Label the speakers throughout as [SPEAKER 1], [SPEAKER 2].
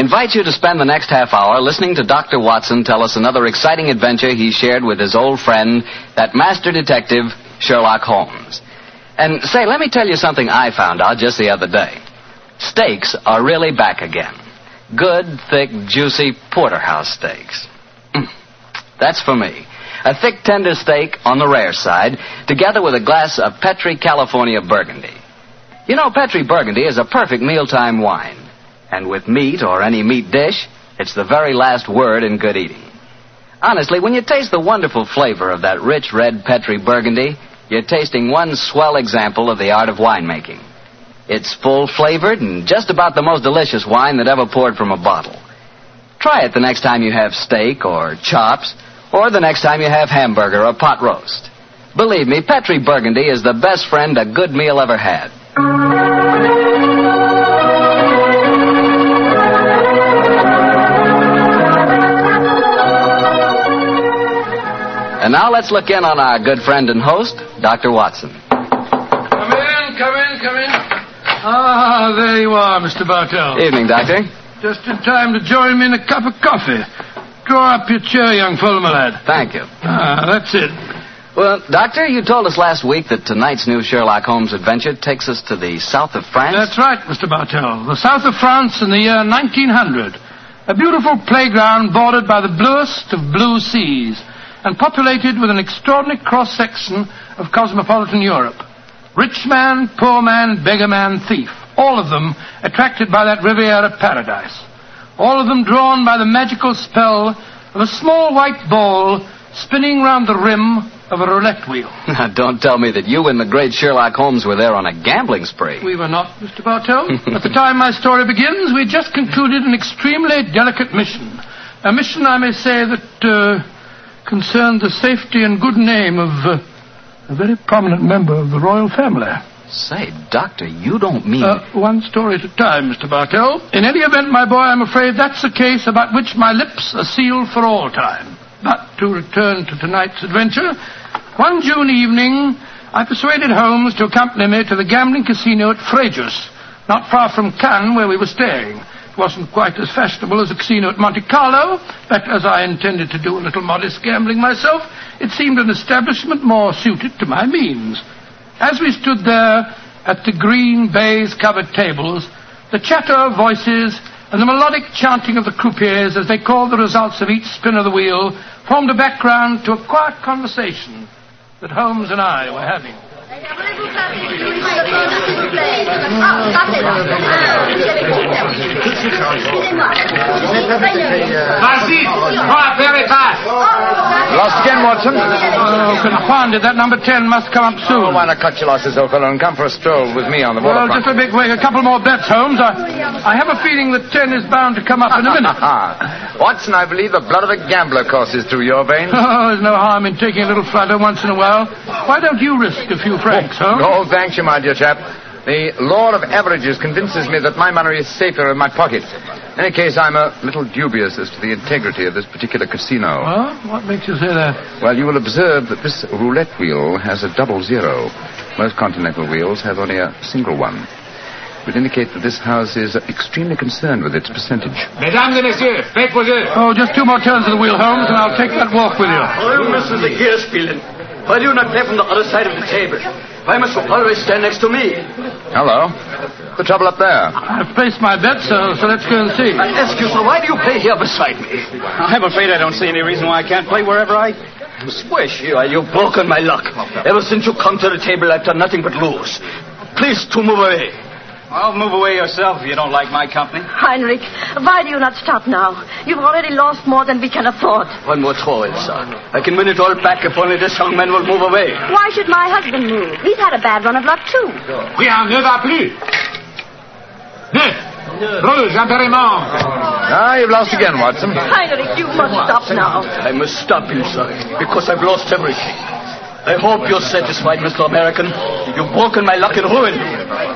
[SPEAKER 1] invites you to spend the next half hour listening to Dr. Watson tell us another exciting adventure he shared with his old friend, that master detective, Sherlock Holmes. And say, let me tell you something I found out just the other day. Steaks are really back again. Good, thick, juicy porterhouse steaks. Mm. That's for me. A thick, tender steak on the rare side, together with a glass of Petri California Burgundy. You know, Petri Burgundy is a perfect mealtime wine. And with meat or any meat dish, it's the very last word in good eating. Honestly, when you taste the wonderful flavor of that rich red Petri Burgundy, you're tasting one swell example of the art of winemaking. It's full flavored and just about the most delicious wine that ever poured from a bottle. Try it the next time you have steak or chops, or the next time you have hamburger or pot roast. Believe me, Petri Burgundy is the best friend a good meal ever had. And now let's look in on our good friend and host, Dr. Watson.
[SPEAKER 2] Come in, come in, come in. Ah, there you are, Mr. Bartell.
[SPEAKER 1] Evening, Doctor.
[SPEAKER 2] Just in time to join me in a cup of coffee. Draw up your chair, young fellow, my lad.
[SPEAKER 1] Thank you.
[SPEAKER 2] Ah, that's it.
[SPEAKER 1] Well, Doctor, you told us last week that tonight's new Sherlock Holmes adventure takes us to the south of France.
[SPEAKER 2] That's right, Mr. Bartell. The south of France in the year 1900. A beautiful playground bordered by the bluest of blue seas and populated with an extraordinary cross-section of cosmopolitan Europe. Rich man, poor man, beggar man, thief. All of them attracted by that Riviera paradise. All of them drawn by the magical spell of a small white ball spinning round the rim of a roulette wheel.
[SPEAKER 1] Now, don't tell me that you and the great Sherlock Holmes were there on a gambling spree.
[SPEAKER 2] We were not, Mr. Bartell. At the time my story begins, we had just concluded an extremely delicate mission. A mission, I may say, that uh, concerned the safety and good name of uh, a very prominent member of the royal family.
[SPEAKER 1] Say, Doctor, you don't mean.
[SPEAKER 2] Uh, one story at a time, Mr. Bartell. In any event, my boy, I'm afraid that's a case about which my lips are sealed for all time. But to return to tonight's adventure, one June evening, I persuaded Holmes to accompany me to the gambling casino at Frejus, not far from Cannes, where we were staying. It wasn't quite as fashionable as a casino at Monte Carlo, but as I intended to do a little modest gambling myself, it seemed an establishment more suited to my means. As we stood there at the green baize covered tables, the chatter of voices and the melodic chanting of the croupiers as they called the results of each spin of the wheel formed a background to a quiet conversation that Holmes and I were having.
[SPEAKER 3] Voulez-vous passer s'il vous plaît Ah, passez là. Ah, vous avez Excusez-moi.
[SPEAKER 4] Vas-y, prends la paire et passe.
[SPEAKER 5] Lost again, Watson?
[SPEAKER 2] Oh, confounded, that number 10 must come up soon.
[SPEAKER 5] Why not cut your losses, old fellow, and come for a stroll with me on the
[SPEAKER 2] Oh, Well,
[SPEAKER 5] waterfront?
[SPEAKER 2] just a big wait, a couple more bets, Holmes. I, I have a feeling that 10 is bound to come up in a minute.
[SPEAKER 5] Ah, Watson, I believe the blood of a gambler courses through your veins.
[SPEAKER 2] Oh, there's no harm in taking a little flutter once in a while. Why don't you risk a few francs, Holmes?
[SPEAKER 5] No, thank you, my dear chap. The law of averages convinces me that my money is safer in my pocket. In any case, I'm a little dubious as to the integrity of this particular casino.
[SPEAKER 2] Well, what makes you say that?
[SPEAKER 5] Well, you will observe that this roulette wheel has a double zero. Most continental wheels have only a single one. It would indicate that this house is extremely concerned with its percentage.
[SPEAKER 4] Mesdames et messieurs, faites vos jeux.
[SPEAKER 2] Oh, just two more turns of the wheel, Holmes, and I'll take that walk with you.
[SPEAKER 6] Warum müssen Sie hier spielen? Why do you not play from the other side of the table? Why must you always stand next to me?
[SPEAKER 5] Hello. The trouble up there.
[SPEAKER 2] I've placed my bet, so, so let's go and see.
[SPEAKER 6] I ask you, sir, why do you play here beside me?
[SPEAKER 4] I'm afraid I don't see any reason why I can't play wherever I.
[SPEAKER 6] Squish, you are, you've broken my luck. Ever since you come to the table, I've done nothing but lose. Please to move away.
[SPEAKER 4] I'll move away yourself if you don't like my company.
[SPEAKER 3] Heinrich, why do you not stop now? You've already lost more than we can afford.
[SPEAKER 6] One more throw, sir. I can win it all back if only this young man will move away.
[SPEAKER 3] Why should my husband move? He's had a bad run of luck, too.
[SPEAKER 4] Oui, on ne va plus. Neuf. Rouge, impériment.
[SPEAKER 5] Ah, you've lost again, Watson.
[SPEAKER 7] Heinrich, you must stop now.
[SPEAKER 6] I must stop you, sir, because I've lost everything. I hope you're satisfied, Mr. American. You've broken my luck and ruined me.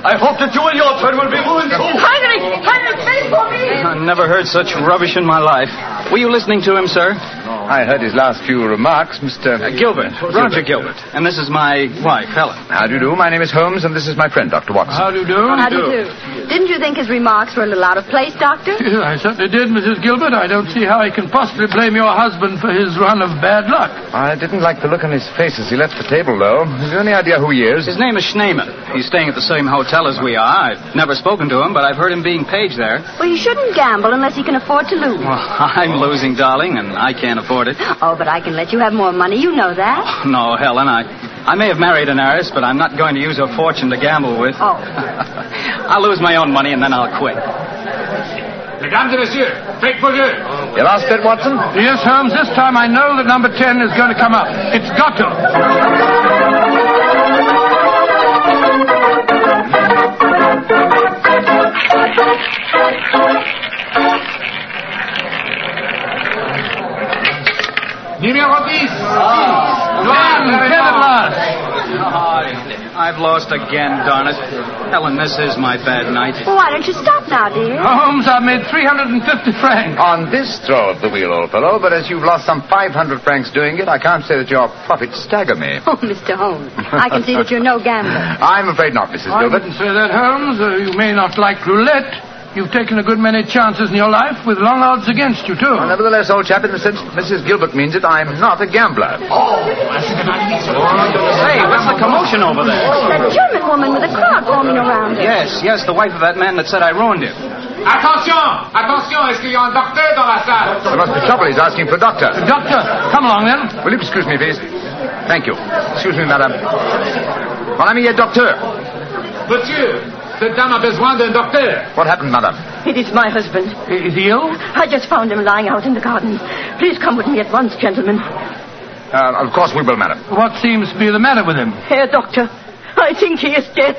[SPEAKER 6] I hope that you and your turn will be ruined too.
[SPEAKER 7] Heinrich! Heinrich, wait for me!
[SPEAKER 4] I never heard such rubbish in my life. Were you listening to him, sir?
[SPEAKER 5] I heard his last few remarks, Mr.
[SPEAKER 4] Uh,
[SPEAKER 1] Uh,
[SPEAKER 4] Gilbert. Roger Gilbert. And this is my wife, Helen.
[SPEAKER 5] How do you do? My name is Holmes, and this is my friend, Dr. Watson.
[SPEAKER 2] How do you do?
[SPEAKER 7] How do you do? Didn't you think his remarks were a little out of place, Doctor?
[SPEAKER 2] Yeah, I certainly did, Mrs. Gilbert. I don't see how I can possibly blame your husband for his run of bad luck.
[SPEAKER 5] I didn't like the look on his face as he left the table, though. Have you any idea who he is?
[SPEAKER 4] His name is Schneeman. He's staying at the same hotel as we are. I've never spoken to him, but I've heard him being paged there.
[SPEAKER 7] Well, you shouldn't gamble unless you can afford to lose.
[SPEAKER 4] Well, I'm losing, darling, and I can't afford it.
[SPEAKER 7] Oh, but I can let you have more money. You know that.
[SPEAKER 4] No, Helen, I, I may have married an heiress, but I'm not going to use her fortune to gamble with.
[SPEAKER 7] Oh.
[SPEAKER 4] I'll lose my own money and then I'll quit. Mesdames et messieurs, fake for
[SPEAKER 5] Your last bet, Watson?
[SPEAKER 2] Yes, Holmes, this time I know that number 10 is going to come up. It's got to.
[SPEAKER 4] Numéro 10.
[SPEAKER 2] Ah. Ten, ten at last.
[SPEAKER 4] I've lost again, darn it. Helen, this is my bad night.
[SPEAKER 7] Well, why don't you stop now, dear?
[SPEAKER 2] Holmes, I've made 350 francs.
[SPEAKER 5] On this throw of the wheel, old fellow, but as you've lost some 500 francs doing it, I can't say that your profits stagger me.
[SPEAKER 7] Oh, Mr. Holmes, I can see that you're no gambler.
[SPEAKER 5] I'm afraid not, Mrs.
[SPEAKER 2] I
[SPEAKER 5] Gilbert.
[SPEAKER 2] wouldn't Oh, say that, Holmes. Uh, you may not like roulette. You've taken a good many chances in your life with long odds against you, too.
[SPEAKER 5] Well, nevertheless, old chap, in the sense Mrs. Gilbert means it, I'm not a gambler.
[SPEAKER 4] Hey, what's the commotion over there?
[SPEAKER 7] That German woman with a crowd forming around her.
[SPEAKER 4] Yes, yes, the wife of that man that said I ruined him. Attention! Attention, est-ce qu'il y a un docteur dans la salle?
[SPEAKER 5] The most trouble is asking for a doctor.
[SPEAKER 2] Doctor, come along then.
[SPEAKER 5] Will you excuse me, please? Thank you. Excuse me, madame. Madame, il y a docteur.
[SPEAKER 4] Monsieur, cette dame a besoin d'un docteur.
[SPEAKER 5] What happened, madame?
[SPEAKER 7] It is my husband.
[SPEAKER 2] Is he ill?
[SPEAKER 7] I just found him lying out in the garden. Please come with me at once, gentlemen.
[SPEAKER 5] Uh, of course we will, madam.
[SPEAKER 2] What seems to be the matter with him?
[SPEAKER 7] Herr Doctor, I think he is dead.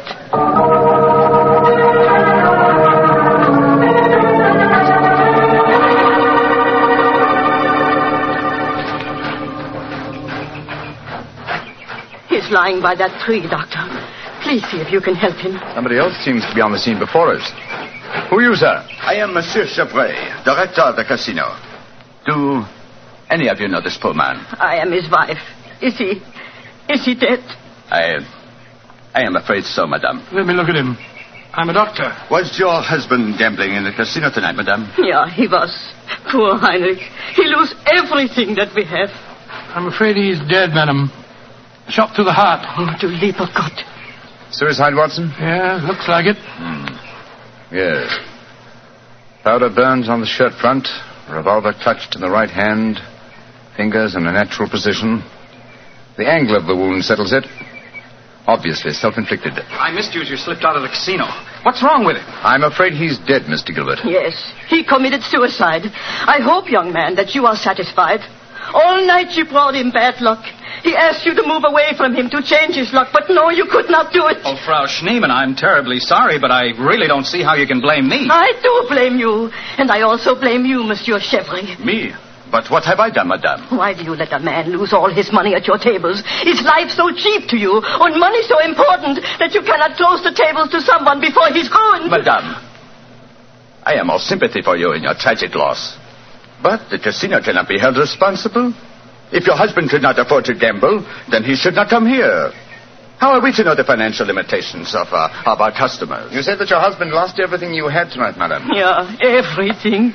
[SPEAKER 7] He's lying by that tree, Doctor. Please see if you can help him.
[SPEAKER 5] Somebody else seems to be on the scene before us. Who are you, sir?
[SPEAKER 8] I am Monsieur Chevray, director of the casino. Do any of you know this poor man?
[SPEAKER 7] I am his wife. Is he? Is he dead?
[SPEAKER 8] I. I am afraid so, madame.
[SPEAKER 2] Let me look at him. I'm a doctor.
[SPEAKER 8] Was your husband gambling in the casino tonight, madame?
[SPEAKER 7] Yeah, he was. Poor Heinrich. He lose everything that we have.
[SPEAKER 2] I'm afraid he's dead, madam. Shot through the heart.
[SPEAKER 7] Oh, to leap of God.
[SPEAKER 5] Suicide, Watson?
[SPEAKER 2] Yeah, looks like it.
[SPEAKER 5] Yes. Powder burns on the shirt front, revolver clutched in the right hand, fingers in a natural position. The angle of the wound settles it. Obviously self-inflicted.
[SPEAKER 4] I missed you as you slipped out of the casino. What's wrong with him?
[SPEAKER 5] I'm afraid he's dead, Mr. Gilbert.
[SPEAKER 7] Yes, he committed suicide. I hope, young man, that you are satisfied. All night you brought him bad luck. He asked you to move away from him to change his luck, but no, you could not do it.
[SPEAKER 4] Oh, Frau Schneeman, I'm terribly sorry, but I really don't see how you can blame me.
[SPEAKER 7] I do blame you, and I also blame you, Monsieur Chevry.
[SPEAKER 8] Me? But what have I done, madame?
[SPEAKER 7] Why do you let a man lose all his money at your tables? Is life so cheap to you, and money so important that you cannot close the tables to someone before he's ruined?
[SPEAKER 8] Madame, I am all sympathy for you in your tragic loss. But the casino cannot be held responsible. If your husband could not afford to gamble, then he should not come here. How are we to know the financial limitations of, uh, of our customers?
[SPEAKER 5] You said that your husband lost everything you had tonight, madam.
[SPEAKER 7] Yeah, everything.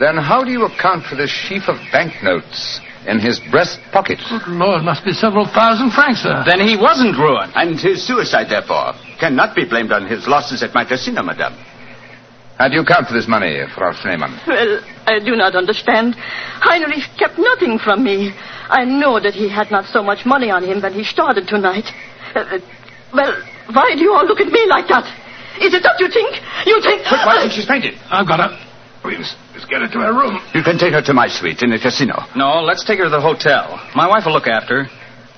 [SPEAKER 5] Then how do you account for this sheaf of banknotes in his breast pocket?
[SPEAKER 2] Lord, must be several thousand francs, sir.
[SPEAKER 4] Then he wasn't ruined.
[SPEAKER 8] And his suicide, therefore, cannot be blamed on his losses at my casino, madame.
[SPEAKER 5] How do you account for this money, Frau Schneemann?
[SPEAKER 7] Well, I do not understand. Heinrich kept nothing from me. I know that he had not so much money on him when he started tonight. Uh, uh, well, why do you all look at me like that? Is it that you think? You think. uh,
[SPEAKER 8] she's fainted.
[SPEAKER 2] I've got her. We must, must get her to her room.
[SPEAKER 8] You can take her to my suite in the casino.
[SPEAKER 4] No, let's take her to the hotel. My wife will look after her.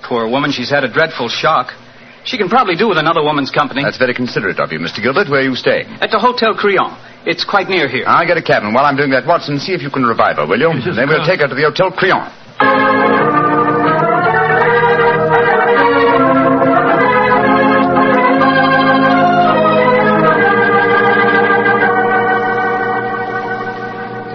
[SPEAKER 4] Poor woman, she's had a dreadful shock.
[SPEAKER 1] She can probably do with another woman's company.
[SPEAKER 5] That's very considerate of you, Mr. Gilbert. Where are you staying?
[SPEAKER 1] At the Hotel Creon. It's quite near here.
[SPEAKER 5] I'll get a cab, and while I'm doing that, Watson, see if you can revive her, will you?
[SPEAKER 2] Yes, of
[SPEAKER 5] then we'll
[SPEAKER 2] course.
[SPEAKER 5] take her to the Hotel Creon.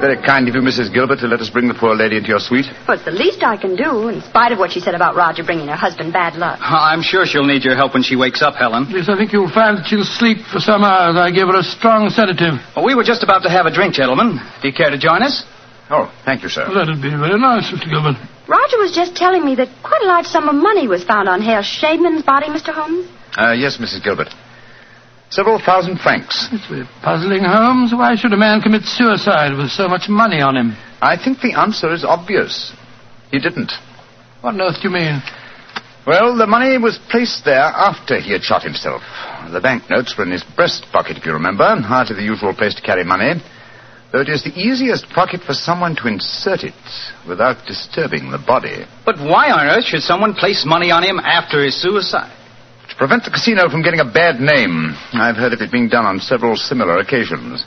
[SPEAKER 5] Very kind of you, Mrs. Gilbert, to let us bring the poor lady into your suite.
[SPEAKER 9] Well, it's the least I can do, in spite of what she said about Roger bringing her husband bad luck.
[SPEAKER 1] I'm sure she'll need your help when she wakes up, Helen.
[SPEAKER 2] Yes, I think you'll find that she'll sleep for some hours. I give her a strong sedative.
[SPEAKER 1] Well, we were just about to have a drink, gentlemen. Do you care to join us?
[SPEAKER 5] Oh, thank you, sir.
[SPEAKER 2] That'd be very nice, Mr. Gilbert.
[SPEAKER 9] Roger was just telling me that quite a large sum of money was found on Herr Shademan's body, Mr. Holmes.
[SPEAKER 5] Uh, yes, Mrs. Gilbert. Several thousand francs.
[SPEAKER 2] That's very puzzling, Holmes. Why should a man commit suicide with so much money on him?
[SPEAKER 5] I think the answer is obvious. He didn't.
[SPEAKER 2] What on earth do you mean?
[SPEAKER 5] Well, the money was placed there after he had shot himself. The banknotes were in his breast pocket, if you remember, and hardly the usual place to carry money. Though it is the easiest pocket for someone to insert it without disturbing the body.
[SPEAKER 1] But why on earth should someone place money on him after his suicide?
[SPEAKER 5] To prevent the casino from getting a bad name, I've heard of it being done on several similar occasions.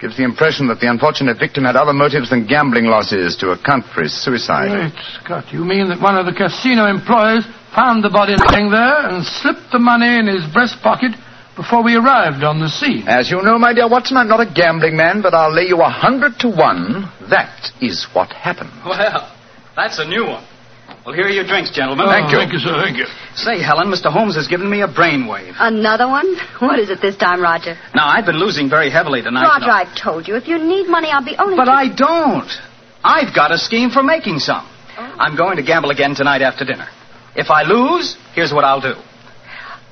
[SPEAKER 5] Gives the impression that the unfortunate victim had other motives than gambling losses to account for his suicide.
[SPEAKER 2] Wait, Scott, you mean that one of the casino employees found the body lying there and slipped the money in his breast pocket before we arrived on the scene?
[SPEAKER 5] As you know, my dear Watson, I'm not a gambling man, but I'll lay you a hundred to one. That is what happened.
[SPEAKER 1] Well, that's a new one. Well, here are your drinks, gentlemen.
[SPEAKER 5] Uh, Thank you.
[SPEAKER 2] Oh, Thank you, sir. Thank you.
[SPEAKER 1] Say, Helen, Mr. Holmes has given me a brainwave.
[SPEAKER 9] Another one? What is it this time, Roger?
[SPEAKER 1] Now, I've been losing very heavily tonight.
[SPEAKER 9] Roger,
[SPEAKER 1] you know.
[SPEAKER 9] I've told you, if you need money, I'll be only.
[SPEAKER 1] But I don't. I've got a scheme for making some. I'm going to gamble again tonight after dinner. If I lose, here's what I'll do.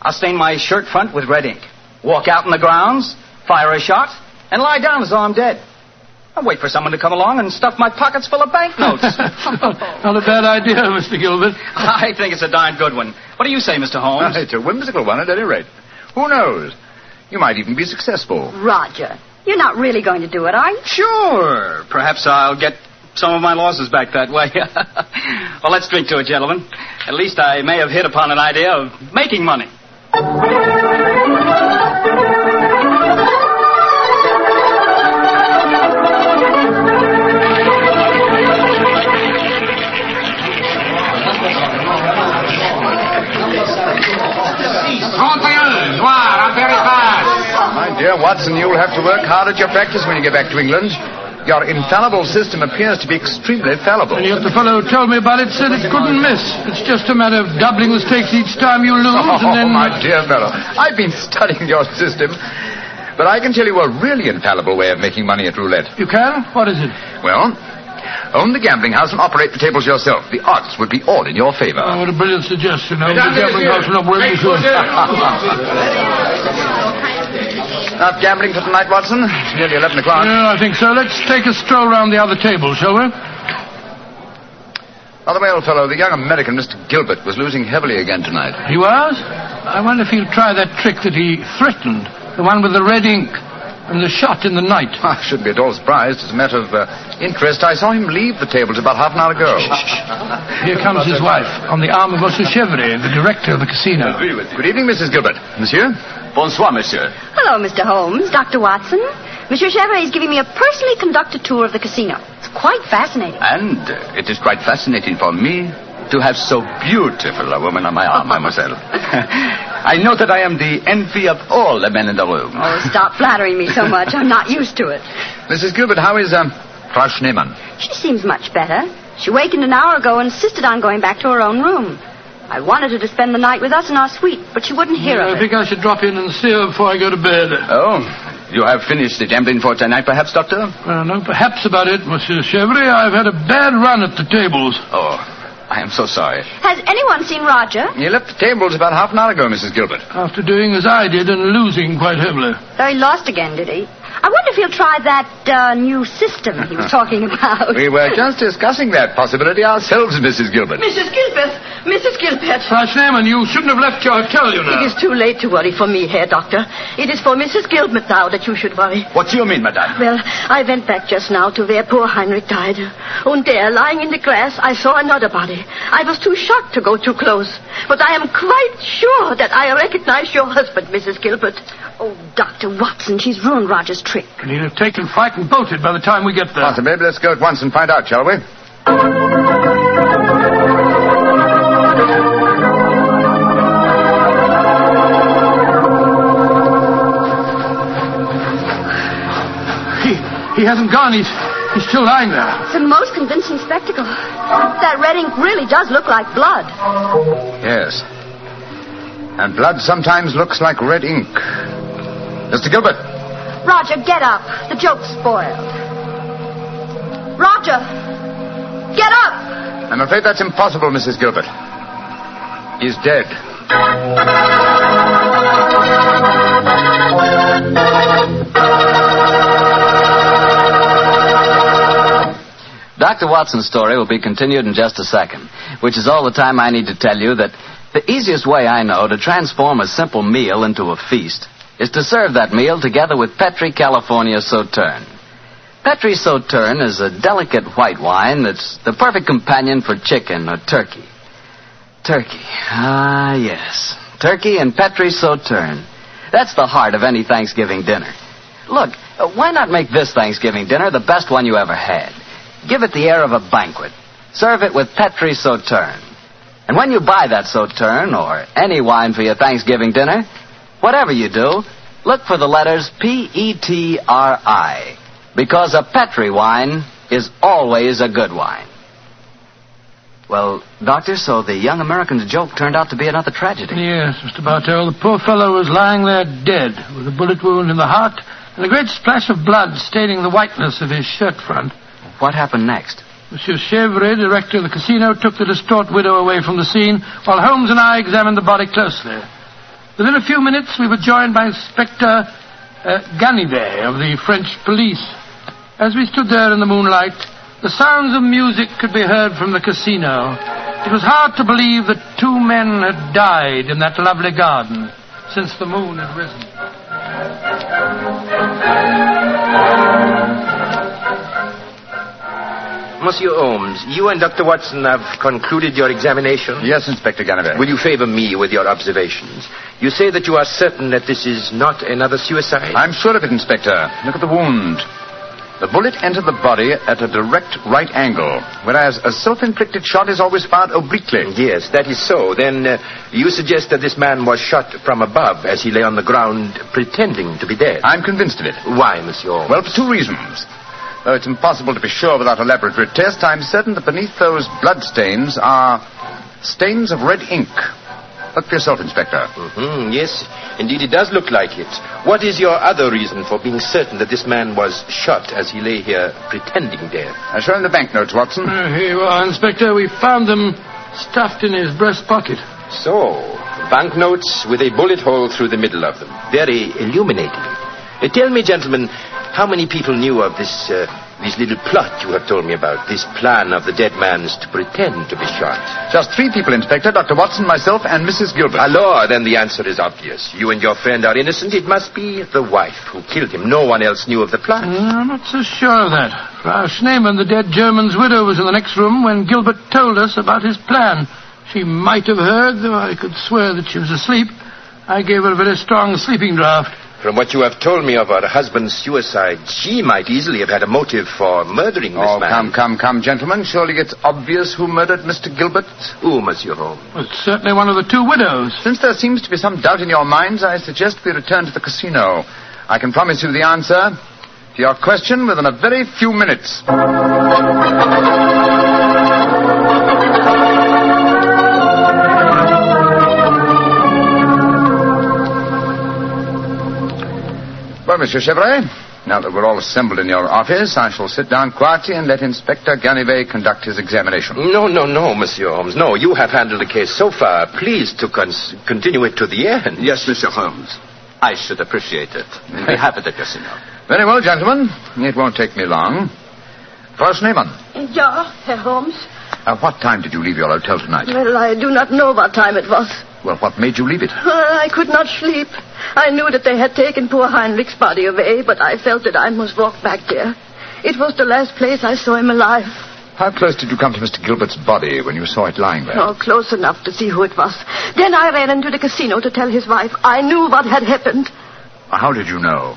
[SPEAKER 1] I'll stain my shirt front with red ink, walk out in the grounds, fire a shot, and lie down as though I'm dead. I'll wait for someone to come along and stuff my pockets full of banknotes.
[SPEAKER 2] Not a bad idea, Mr. Gilbert.
[SPEAKER 1] I think it's a darn good one. What do you say, Mr. Holmes?
[SPEAKER 5] It's a whimsical one at any rate. Who knows? You might even be successful.
[SPEAKER 9] Roger, you're not really going to do it, are you?
[SPEAKER 1] Sure. Perhaps I'll get some of my losses back that way. well, let's drink to it, gentlemen. At least I may have hit upon an idea of making money.
[SPEAKER 5] My dear Watson, you'll have to work hard at your practice when you get back to England. Your infallible system appears to be extremely fallible.
[SPEAKER 2] And yet the fellow who told me about it said it couldn't miss. It's just a matter of doubling the stakes each time you lose,
[SPEAKER 5] Oh,
[SPEAKER 2] and then...
[SPEAKER 5] my dear fellow, I've been studying your system. But I can tell you a really infallible way of making money at roulette.
[SPEAKER 2] You can? What is it?
[SPEAKER 5] Well, own the gambling house and operate the tables yourself. The odds would be all in your favor.
[SPEAKER 2] Oh, what a brilliant suggestion. I was a gambling house not worth it, sure.
[SPEAKER 5] Enough gambling for tonight, Watson. It's nearly 11 o'clock.
[SPEAKER 2] Yeah, I think so. Let's take a stroll round the other table, shall we?
[SPEAKER 5] By the way, old fellow, the young American, Mr. Gilbert, was losing heavily again tonight.
[SPEAKER 2] He was? I wonder if he'll try that trick that he threatened, the one with the red ink and the shot in the night.
[SPEAKER 5] I shouldn't be at all surprised. As a matter of uh, interest, I saw him leave the tables about half an hour ago.
[SPEAKER 2] Here comes his wife on the arm of Monsieur Chevry, the director of the casino.
[SPEAKER 5] Good evening, Mrs. Gilbert. Monsieur?
[SPEAKER 10] Bonsoir, monsieur.
[SPEAKER 9] Hello, Mr. Holmes, Dr. Watson. Monsieur Chevrolet is giving me a personally conducted tour of the casino. It's quite fascinating.
[SPEAKER 10] And uh, it is quite fascinating for me to have so beautiful a woman on my arm, mademoiselle. I know that I am the envy of all the men in the room.
[SPEAKER 9] Oh, stop flattering me so much. I'm not used to it.
[SPEAKER 5] Mrs. Gilbert, how is um, Frau Schneemann?
[SPEAKER 9] She seems much better. She wakened an hour ago and insisted on going back to her own room. I wanted her to spend the night with us in our suite, but she wouldn't hear
[SPEAKER 2] I
[SPEAKER 9] of it.
[SPEAKER 2] think I should drop in and see her before I go to bed.
[SPEAKER 10] Oh, you have finished the gambling for tonight, perhaps, doctor?
[SPEAKER 2] Well, no, perhaps about it, Monsieur Chevry. I've had a bad run at the tables.
[SPEAKER 10] Oh, I am so sorry.
[SPEAKER 9] Has anyone seen Roger?
[SPEAKER 5] You left the tables about half an hour ago, Mrs. Gilbert.
[SPEAKER 2] After doing as I did and losing quite heavily.
[SPEAKER 9] Though he lost again, did he? I wonder if he'll try that uh, new system he was talking about.
[SPEAKER 5] We were just discussing that possibility ourselves, Mrs. Gilbert.
[SPEAKER 7] Mrs. Gilbert, Mrs. Gilbert.
[SPEAKER 2] Schneeman, you shouldn't have left your hotel, you know.
[SPEAKER 7] It is too late to worry for me, Herr Doctor. It is for Mrs. Gilbert now that you should worry.
[SPEAKER 8] What do you mean, madame?
[SPEAKER 7] Well, I went back just now to where poor Heinrich died. And there, lying in the grass, I saw another body. I was too shocked to go too close. But I am quite sure that I recognize your husband, Mrs. Gilbert.
[SPEAKER 9] Oh, Dr. Watson, she's ruined Roger's trick.
[SPEAKER 2] And he'll have taken fright and bolted by the time we get there.
[SPEAKER 5] Possibly. Let's go at once and find out, shall we?
[SPEAKER 2] He, he hasn't gone. He's, he's still lying there.
[SPEAKER 9] It's a most convincing spectacle. That red ink really does look like blood.
[SPEAKER 5] Yes. And blood sometimes looks like red ink. Mr. Gilbert,
[SPEAKER 9] Roger, get up. The joke's spoiled. Roger! Get up!
[SPEAKER 5] I'm afraid that's impossible, Mrs. Gilbert. He's dead.
[SPEAKER 1] Dr. Watson's story will be continued in just a second, which is all the time I need to tell you that the easiest way I know to transform a simple meal into a feast is to serve that meal together with Petri California Sauterne. Petri Sauterne is a delicate white wine that's the perfect companion for chicken or turkey. Turkey. Ah, yes. Turkey and Petri Sauterne. That's the heart of any Thanksgiving dinner. Look, uh, why not make this Thanksgiving dinner the best one you ever had? Give it the air of a banquet. Serve it with Petri Sauterne. And when you buy that Sauterne or any wine for your Thanksgiving dinner, whatever you do, look for the letters P E T R I because a Petri wine is always a good wine. Well, Doctor, so the young American's joke turned out to be another tragedy.
[SPEAKER 2] Yes, Mr. Bartell. The poor fellow was lying there dead, with a bullet wound in the heart and a great splash of blood staining the whiteness of his shirt front.
[SPEAKER 1] What happened next?
[SPEAKER 2] Monsieur Chevre, director of the casino, took the distraught widow away from the scene, while Holmes and I examined the body closely. Within a few minutes, we were joined by Inspector uh, Ganivet of the French police. As we stood there in the moonlight, the sounds of music could be heard from the casino. It was hard to believe that two men had died in that lovely garden since the moon had risen.
[SPEAKER 11] Monsieur Holmes, you and Dr. Watson have concluded your examination.
[SPEAKER 5] Yes, Inspector Gannivet.
[SPEAKER 11] Will you favor me with your observations? You say that you are certain that this is not another suicide?
[SPEAKER 5] I'm sure of it, Inspector. Look at the wound. The bullet entered the body at a direct right angle, whereas a self-inflicted shot is always fired obliquely.
[SPEAKER 11] Yes, that is so. Then uh, you suggest that this man was shot from above as he lay on the ground pretending to be dead.
[SPEAKER 5] I'm convinced of it.
[SPEAKER 11] Why, Monsieur Holmes?
[SPEAKER 5] Well, for two reasons. Though it's impossible to be sure without a laboratory test, I'm certain that beneath those blood stains are stains of red ink. Look for yourself, Inspector.
[SPEAKER 11] Mhm, yes, indeed it does look like it. What is your other reason for being certain that this man was shot as he lay here pretending death?
[SPEAKER 5] I show him the banknotes, Watson.
[SPEAKER 2] Uh, here you are, Inspector. We found them stuffed in his breast pocket.
[SPEAKER 11] So, banknotes with a bullet hole through the middle of them. Very illuminating. Uh, tell me, gentlemen, how many people knew of this, uh, this little plot you have told me about, this plan of the dead man's to pretend to be shot?
[SPEAKER 5] Just three people, Inspector. Dr. Watson, myself, and Mrs. Gilbert.
[SPEAKER 11] Alors, then the answer is obvious. You and your friend are innocent. It must be the wife who killed him. No one else knew of the plot.
[SPEAKER 2] Uh, I'm not so sure of that. Frau Schneeman, the dead German's widow, was in the next room when Gilbert told us about his plan. She might have heard, though I could swear that she was asleep. I gave her a very strong sleeping draught.
[SPEAKER 11] From what you have told me of her husband's suicide, she might easily have had a motive for murdering this
[SPEAKER 5] Oh,
[SPEAKER 11] man.
[SPEAKER 5] come, come, come, gentlemen. Surely it's obvious who murdered Mr. Gilbert.
[SPEAKER 11] Who, Monsieur Holmes?
[SPEAKER 2] Well, it's certainly one of the two widows.
[SPEAKER 5] Since there seems to be some doubt in your minds, I suggest we return to the casino. I can promise you the answer to your question within a very few minutes. Well, Monsieur Chevrolet, now that we're all assembled in your office, I shall sit down quietly and let Inspector Ganivet conduct his examination.
[SPEAKER 11] No, no, no, Monsieur Holmes. No, you have handled the case so far. Please to cons- continue it to the end.
[SPEAKER 8] Yes, Monsieur Holmes. I should appreciate it. We have it at your casino.
[SPEAKER 5] Very well, gentlemen. It won't take me long. Frau Schneemann,
[SPEAKER 7] Ja, Herr Holmes.
[SPEAKER 5] At Uh, what time did you leave your hotel tonight?
[SPEAKER 7] Well, I do not know what time it was.
[SPEAKER 5] Well, what made you leave it?
[SPEAKER 7] Uh, I could not sleep. I knew that they had taken poor Heinrich's body away, but I felt that I must walk back there. It was the last place I saw him alive.
[SPEAKER 5] How close did you come to Mr. Gilbert's body when you saw it lying there?
[SPEAKER 7] Oh, close enough to see who it was. Then I ran into the casino to tell his wife. I knew what had happened.
[SPEAKER 5] How did you know?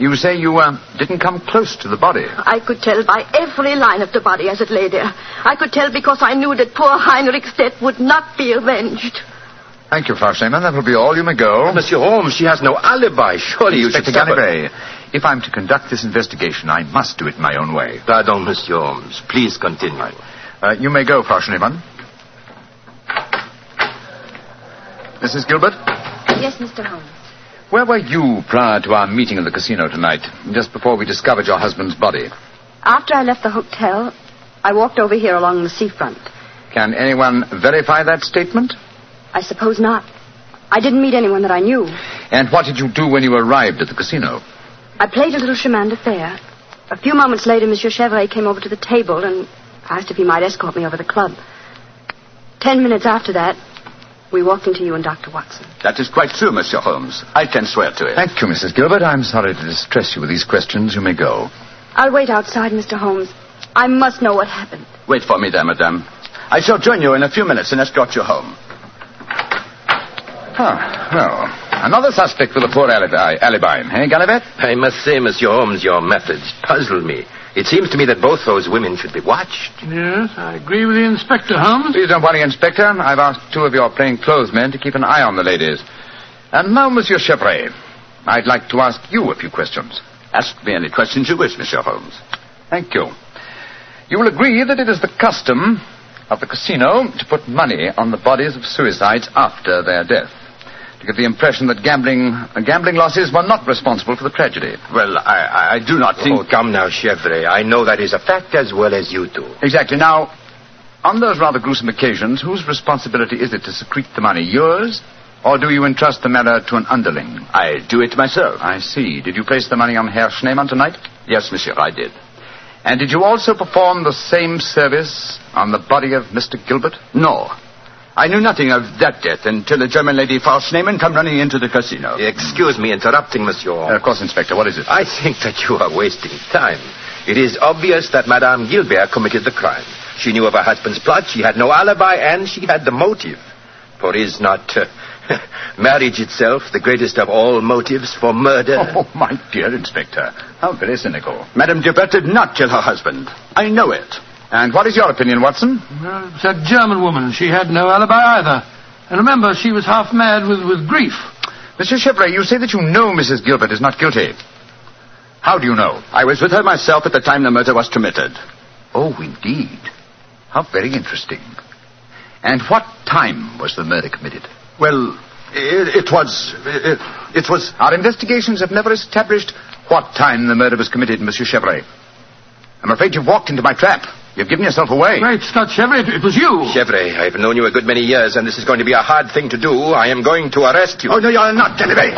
[SPEAKER 5] You say you um, didn't come close to the body.
[SPEAKER 7] I could tell by every line of the body as it lay there. I could tell because I knew that poor Heinrich's death would not be avenged.
[SPEAKER 5] Thank you, Frau Schneemann. That will be all. You may go.
[SPEAKER 12] Oh, Monsieur Holmes, she has no alibi. Surely you should
[SPEAKER 5] Inspector
[SPEAKER 12] stop her.
[SPEAKER 5] Ganivay, if I'm to conduct this investigation, I must do it my own way.
[SPEAKER 12] Pardon, Monsieur Holmes. Please continue.
[SPEAKER 5] Uh, you may go, Frau Schneemann. Mrs. Gilbert,
[SPEAKER 9] Yes, Mr. Holmes.
[SPEAKER 5] where were you prior to our meeting in the casino tonight, just before we discovered your husband's body?
[SPEAKER 9] After I left the hotel, I walked over here along the seafront.
[SPEAKER 5] Can anyone verify that statement?
[SPEAKER 9] I suppose not. I didn't meet anyone that I knew.
[SPEAKER 5] And what did you do when you arrived at the casino?
[SPEAKER 9] I played a little chemin de fer. A few moments later, Monsieur Chevrolet came over to the table and asked if he might escort me over the club. Ten minutes after that, we walked into you and Dr. Watson.
[SPEAKER 1] That is quite true, Monsieur Holmes. I can swear to it.
[SPEAKER 5] Thank you, Mrs. Gilbert. I'm sorry to distress you with these questions. You may go.
[SPEAKER 9] I'll wait outside, Mr. Holmes. I must know what happened.
[SPEAKER 1] Wait for me there, madame. I shall join you in a few minutes and escort you home.
[SPEAKER 5] Ah, well, another suspect for the poor alibi, alibi eh, Gallivette?
[SPEAKER 12] I must say, Monsieur Holmes, your methods puzzle me. It seems to me that both those women should be watched.
[SPEAKER 2] Yes, I agree with the inspector, Holmes.
[SPEAKER 5] Please don't worry, Inspector. I've asked two of your plainclothes men to keep an eye on the ladies. And now, Monsieur Chevrolet, I'd like to ask you a few questions.
[SPEAKER 1] Ask me any questions you wish, Monsieur Holmes.
[SPEAKER 5] Thank you. You will agree that it is the custom of the casino to put money on the bodies of suicides after their death. To give the impression that gambling, gambling losses were not responsible for the tragedy.
[SPEAKER 1] Well, I, I do not think.
[SPEAKER 12] Oh, come now, Chevrolet. I know that is a fact as well as you do.
[SPEAKER 5] Exactly. Now, on those rather gruesome occasions, whose responsibility is it to secrete the money? Yours? Or do you entrust the matter to an underling?
[SPEAKER 1] I do it myself.
[SPEAKER 5] I see. Did you place the money on Herr Schneemann tonight?
[SPEAKER 1] Yes, Monsieur, I did.
[SPEAKER 5] And did you also perform the same service on the body of Mr. Gilbert?
[SPEAKER 1] No. I knew nothing of that death until the German lady Frau Schneemann come running into the casino.
[SPEAKER 12] Excuse me interrupting, Monsieur Holmes.
[SPEAKER 5] Uh, of course, Inspector. What is it?
[SPEAKER 12] I think that you are wasting time. It is obvious that Madame Gilbert committed the crime. She knew of her husband's plot, she had no alibi, and she had the motive. For is not uh, marriage itself the greatest of all motives for murder?
[SPEAKER 5] Oh, my dear Inspector. How very cynical.
[SPEAKER 1] Madame Gilbert did not kill her husband. I know it.
[SPEAKER 5] And what is your opinion, Watson?
[SPEAKER 2] Well, it's that German woman. She had no alibi either. And remember, she was half mad with, with grief.
[SPEAKER 5] Monsieur Chevrolet, you say that you know Mrs. Gilbert is not guilty. How do you know?
[SPEAKER 1] I was with her myself at the time the murder was committed.
[SPEAKER 5] Oh, indeed. How very interesting. And what time was the murder committed?
[SPEAKER 1] Well, it, it was. It, it was.
[SPEAKER 5] Our investigations have never established what time the murder was committed, Monsieur Chevrolet. I'm afraid you've walked into my trap. You've given yourself away.
[SPEAKER 2] Great Scott, Chevrolet, it, it was you.
[SPEAKER 12] Chevrolet, I've known you a good many years, and this is going to be a hard thing to do. I am going to arrest you.
[SPEAKER 1] Oh, no, you are not, Delivey.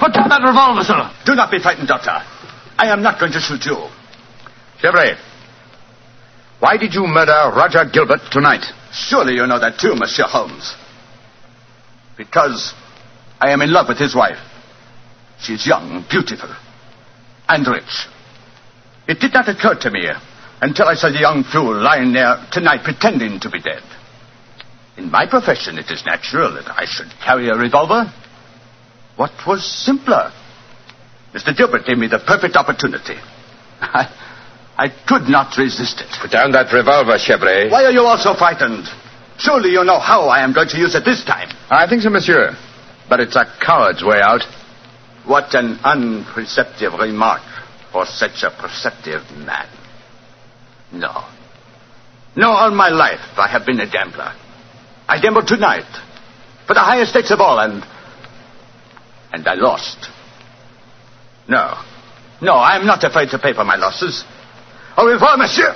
[SPEAKER 2] Put down that revolver, sir.
[SPEAKER 1] Do not be frightened, Doctor. I am not going to shoot you.
[SPEAKER 5] Chevrolet, why did you murder Roger Gilbert tonight?
[SPEAKER 1] Surely you know that too, Monsieur Holmes. Because I am in love with his wife. She is young, beautiful, and rich. It did not occur to me until I saw the young fool lying there tonight pretending to be dead. In my profession, it is natural that I should carry a revolver. What was simpler? Mr. Gilbert gave me the perfect opportunity. I, I could not resist it.
[SPEAKER 12] Put down that revolver, Chevrolet.
[SPEAKER 1] Why are you all so frightened? Surely you know how I am going to use it this time.
[SPEAKER 5] I think so, monsieur. But it's a coward's way out.
[SPEAKER 1] What an unperceptive remark for such a perceptive man. No. No, all my life I have been a gambler. I gambled tonight for the highest stakes of all, and. and I lost. No. No, I am not afraid to pay for my losses. Au revoir, monsieur!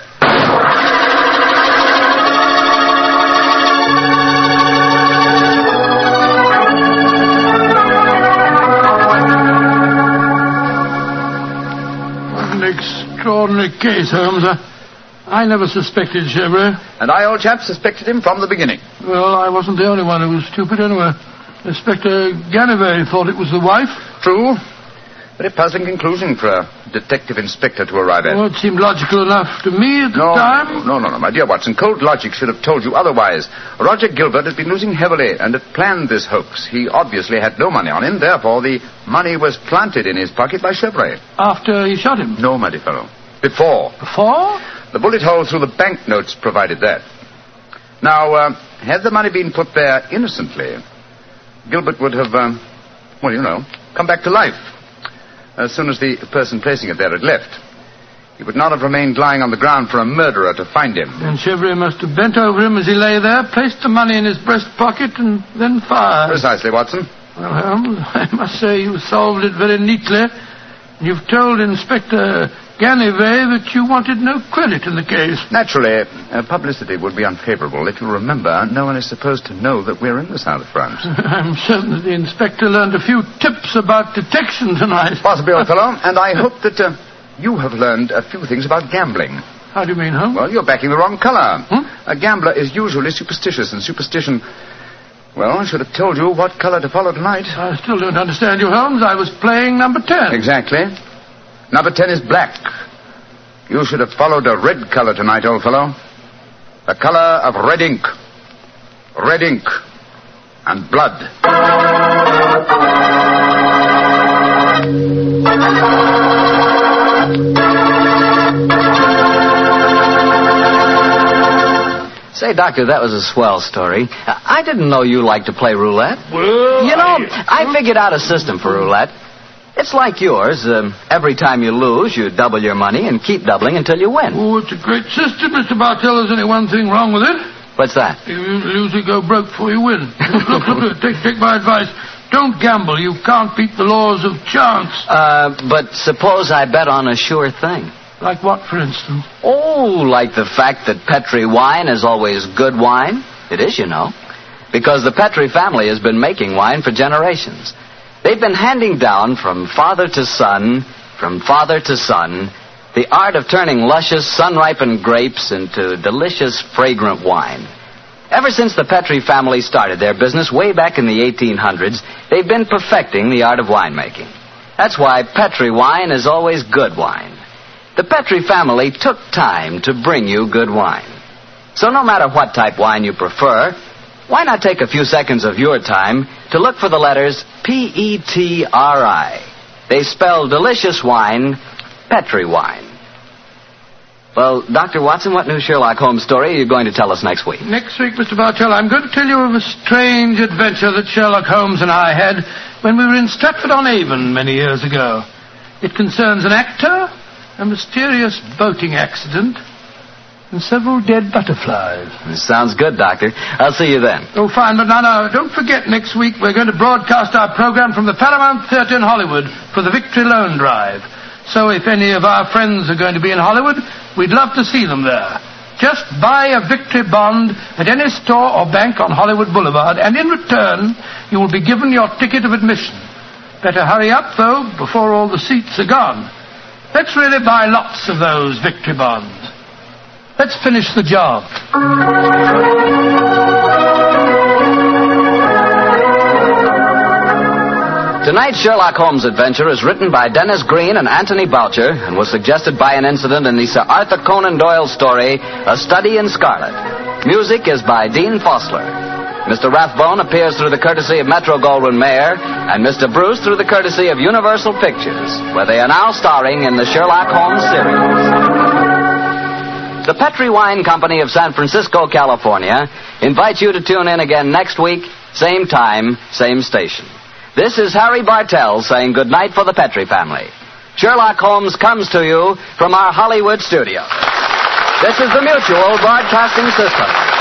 [SPEAKER 2] An extraordinary case, Holmes. I, I never suspected Chevrolet.
[SPEAKER 5] And I, old chap, suspected him from the beginning.
[SPEAKER 2] Well, I wasn't the only one who was stupid anyway. Inspector Ganivet thought it was the wife.
[SPEAKER 5] True. Very puzzling conclusion for a detective inspector to arrive at.
[SPEAKER 2] Well, it seemed logical enough to me at the
[SPEAKER 5] no,
[SPEAKER 2] time.
[SPEAKER 5] No, no, no, my dear Watson. Cold logic should have told you otherwise. Roger Gilbert had been losing heavily and had planned this hoax. He obviously had no money on him, therefore the money was planted in his pocket by Chevrolet.
[SPEAKER 2] After he shot him?
[SPEAKER 5] No, my dear fellow. Before.
[SPEAKER 2] Before?
[SPEAKER 5] The bullet hole through the banknotes provided that. Now, uh, had the money been put there innocently, Gilbert would have, um, well, you know, come back to life uh, as soon as the person placing it there had left. He would not have remained lying on the ground for a murderer to find him.
[SPEAKER 2] And Chevrolet must have bent over him as he lay there, placed the money in his breast pocket, and then fired.
[SPEAKER 5] Precisely, Watson.
[SPEAKER 2] Well, Holmes, I must say you solved it very neatly. You've told Inspector Ganivet that you wanted no credit in the case.
[SPEAKER 5] Naturally, uh, publicity would be unfavorable. If you remember, no one is supposed to know that we're in the South of France.
[SPEAKER 2] I'm certain that the inspector learned a few tips about detection tonight.
[SPEAKER 5] Possibly, old fellow. And I hope that uh, you have learned a few things about gambling.
[SPEAKER 2] How do you mean, Holmes?
[SPEAKER 5] Well, you're backing the wrong color. A gambler is usually superstitious, and superstition. Well, I should have told you what color to follow tonight.
[SPEAKER 2] I still don't understand you, Holmes. I was playing number 10.
[SPEAKER 5] Exactly. Number 10 is black. You should have followed a red color tonight, old fellow. The color of red ink. Red ink. And blood.
[SPEAKER 1] Say, Doctor, that was a swell story. I I didn't know you liked to play roulette. you know, I figured out a system for roulette. It's like yours. Um, every time you lose, you double your money and keep doubling until you win.
[SPEAKER 2] Oh, it's a great system, Mr. Bartell. There's only one thing wrong with it.
[SPEAKER 1] What's that?
[SPEAKER 2] You lose, you go broke before you win. look, look, look, take, take my advice. Don't gamble. You can't beat the laws of chance.
[SPEAKER 1] Uh, but suppose I bet on a sure thing.
[SPEAKER 2] Like what, for instance?
[SPEAKER 1] Oh, like the fact that Petri wine is always good wine? It is, you know. Because the Petri family has been making wine for generations. They've been handing down from father to son, from father to son, the art of turning luscious, sun ripened grapes into delicious, fragrant wine. Ever since the Petri family started their business way back in the 1800s, they've been perfecting the art of winemaking. That's why Petri wine is always good wine. The Petri family took time to bring you good wine. So no matter what type wine you prefer, why not take a few seconds of your time to look for the letters E P-E-T-R-I. They spell delicious wine, Petri wine. Well, Dr. Watson, what new Sherlock Holmes story are you going to tell us next week?
[SPEAKER 2] Next week, Mr. Bartell, I'm going to tell you of a strange adventure that Sherlock Holmes and I had when we were in Stratford-on-Avon many years ago. It concerns an actor, a mysterious boating accident, and several dead butterflies.
[SPEAKER 1] Sounds good, Doctor. I'll see you then.
[SPEAKER 2] Oh, fine, but no, no, don't forget next week we're going to broadcast our program from the Paramount Theatre in Hollywood for the Victory Loan Drive. So if any of our friends are going to be in Hollywood, we'd love to see them there. Just buy a victory bond at any store or bank on Hollywood Boulevard, and in return, you will be given your ticket of admission. Better hurry up, though, before all the seats are gone. Let's really buy lots of those victory bonds. Let's finish the job.
[SPEAKER 1] Tonight's Sherlock Holmes adventure is written by Dennis Green and Anthony Boucher and was suggested by an incident in the Sir Arthur Conan Doyle story, A Study in Scarlet. Music is by Dean Fosler. Mr. Rathbone appears through the courtesy of Metro Goldwyn Mayer and Mr. Bruce through the courtesy of Universal Pictures, where they are now starring in the Sherlock Holmes series. The Petri Wine Company of San Francisco, California, invites you to tune in again next week, same time, same station. This is Harry Bartell saying goodnight for the Petri family. Sherlock Holmes comes to you from our Hollywood studio. This is the Mutual Broadcasting System.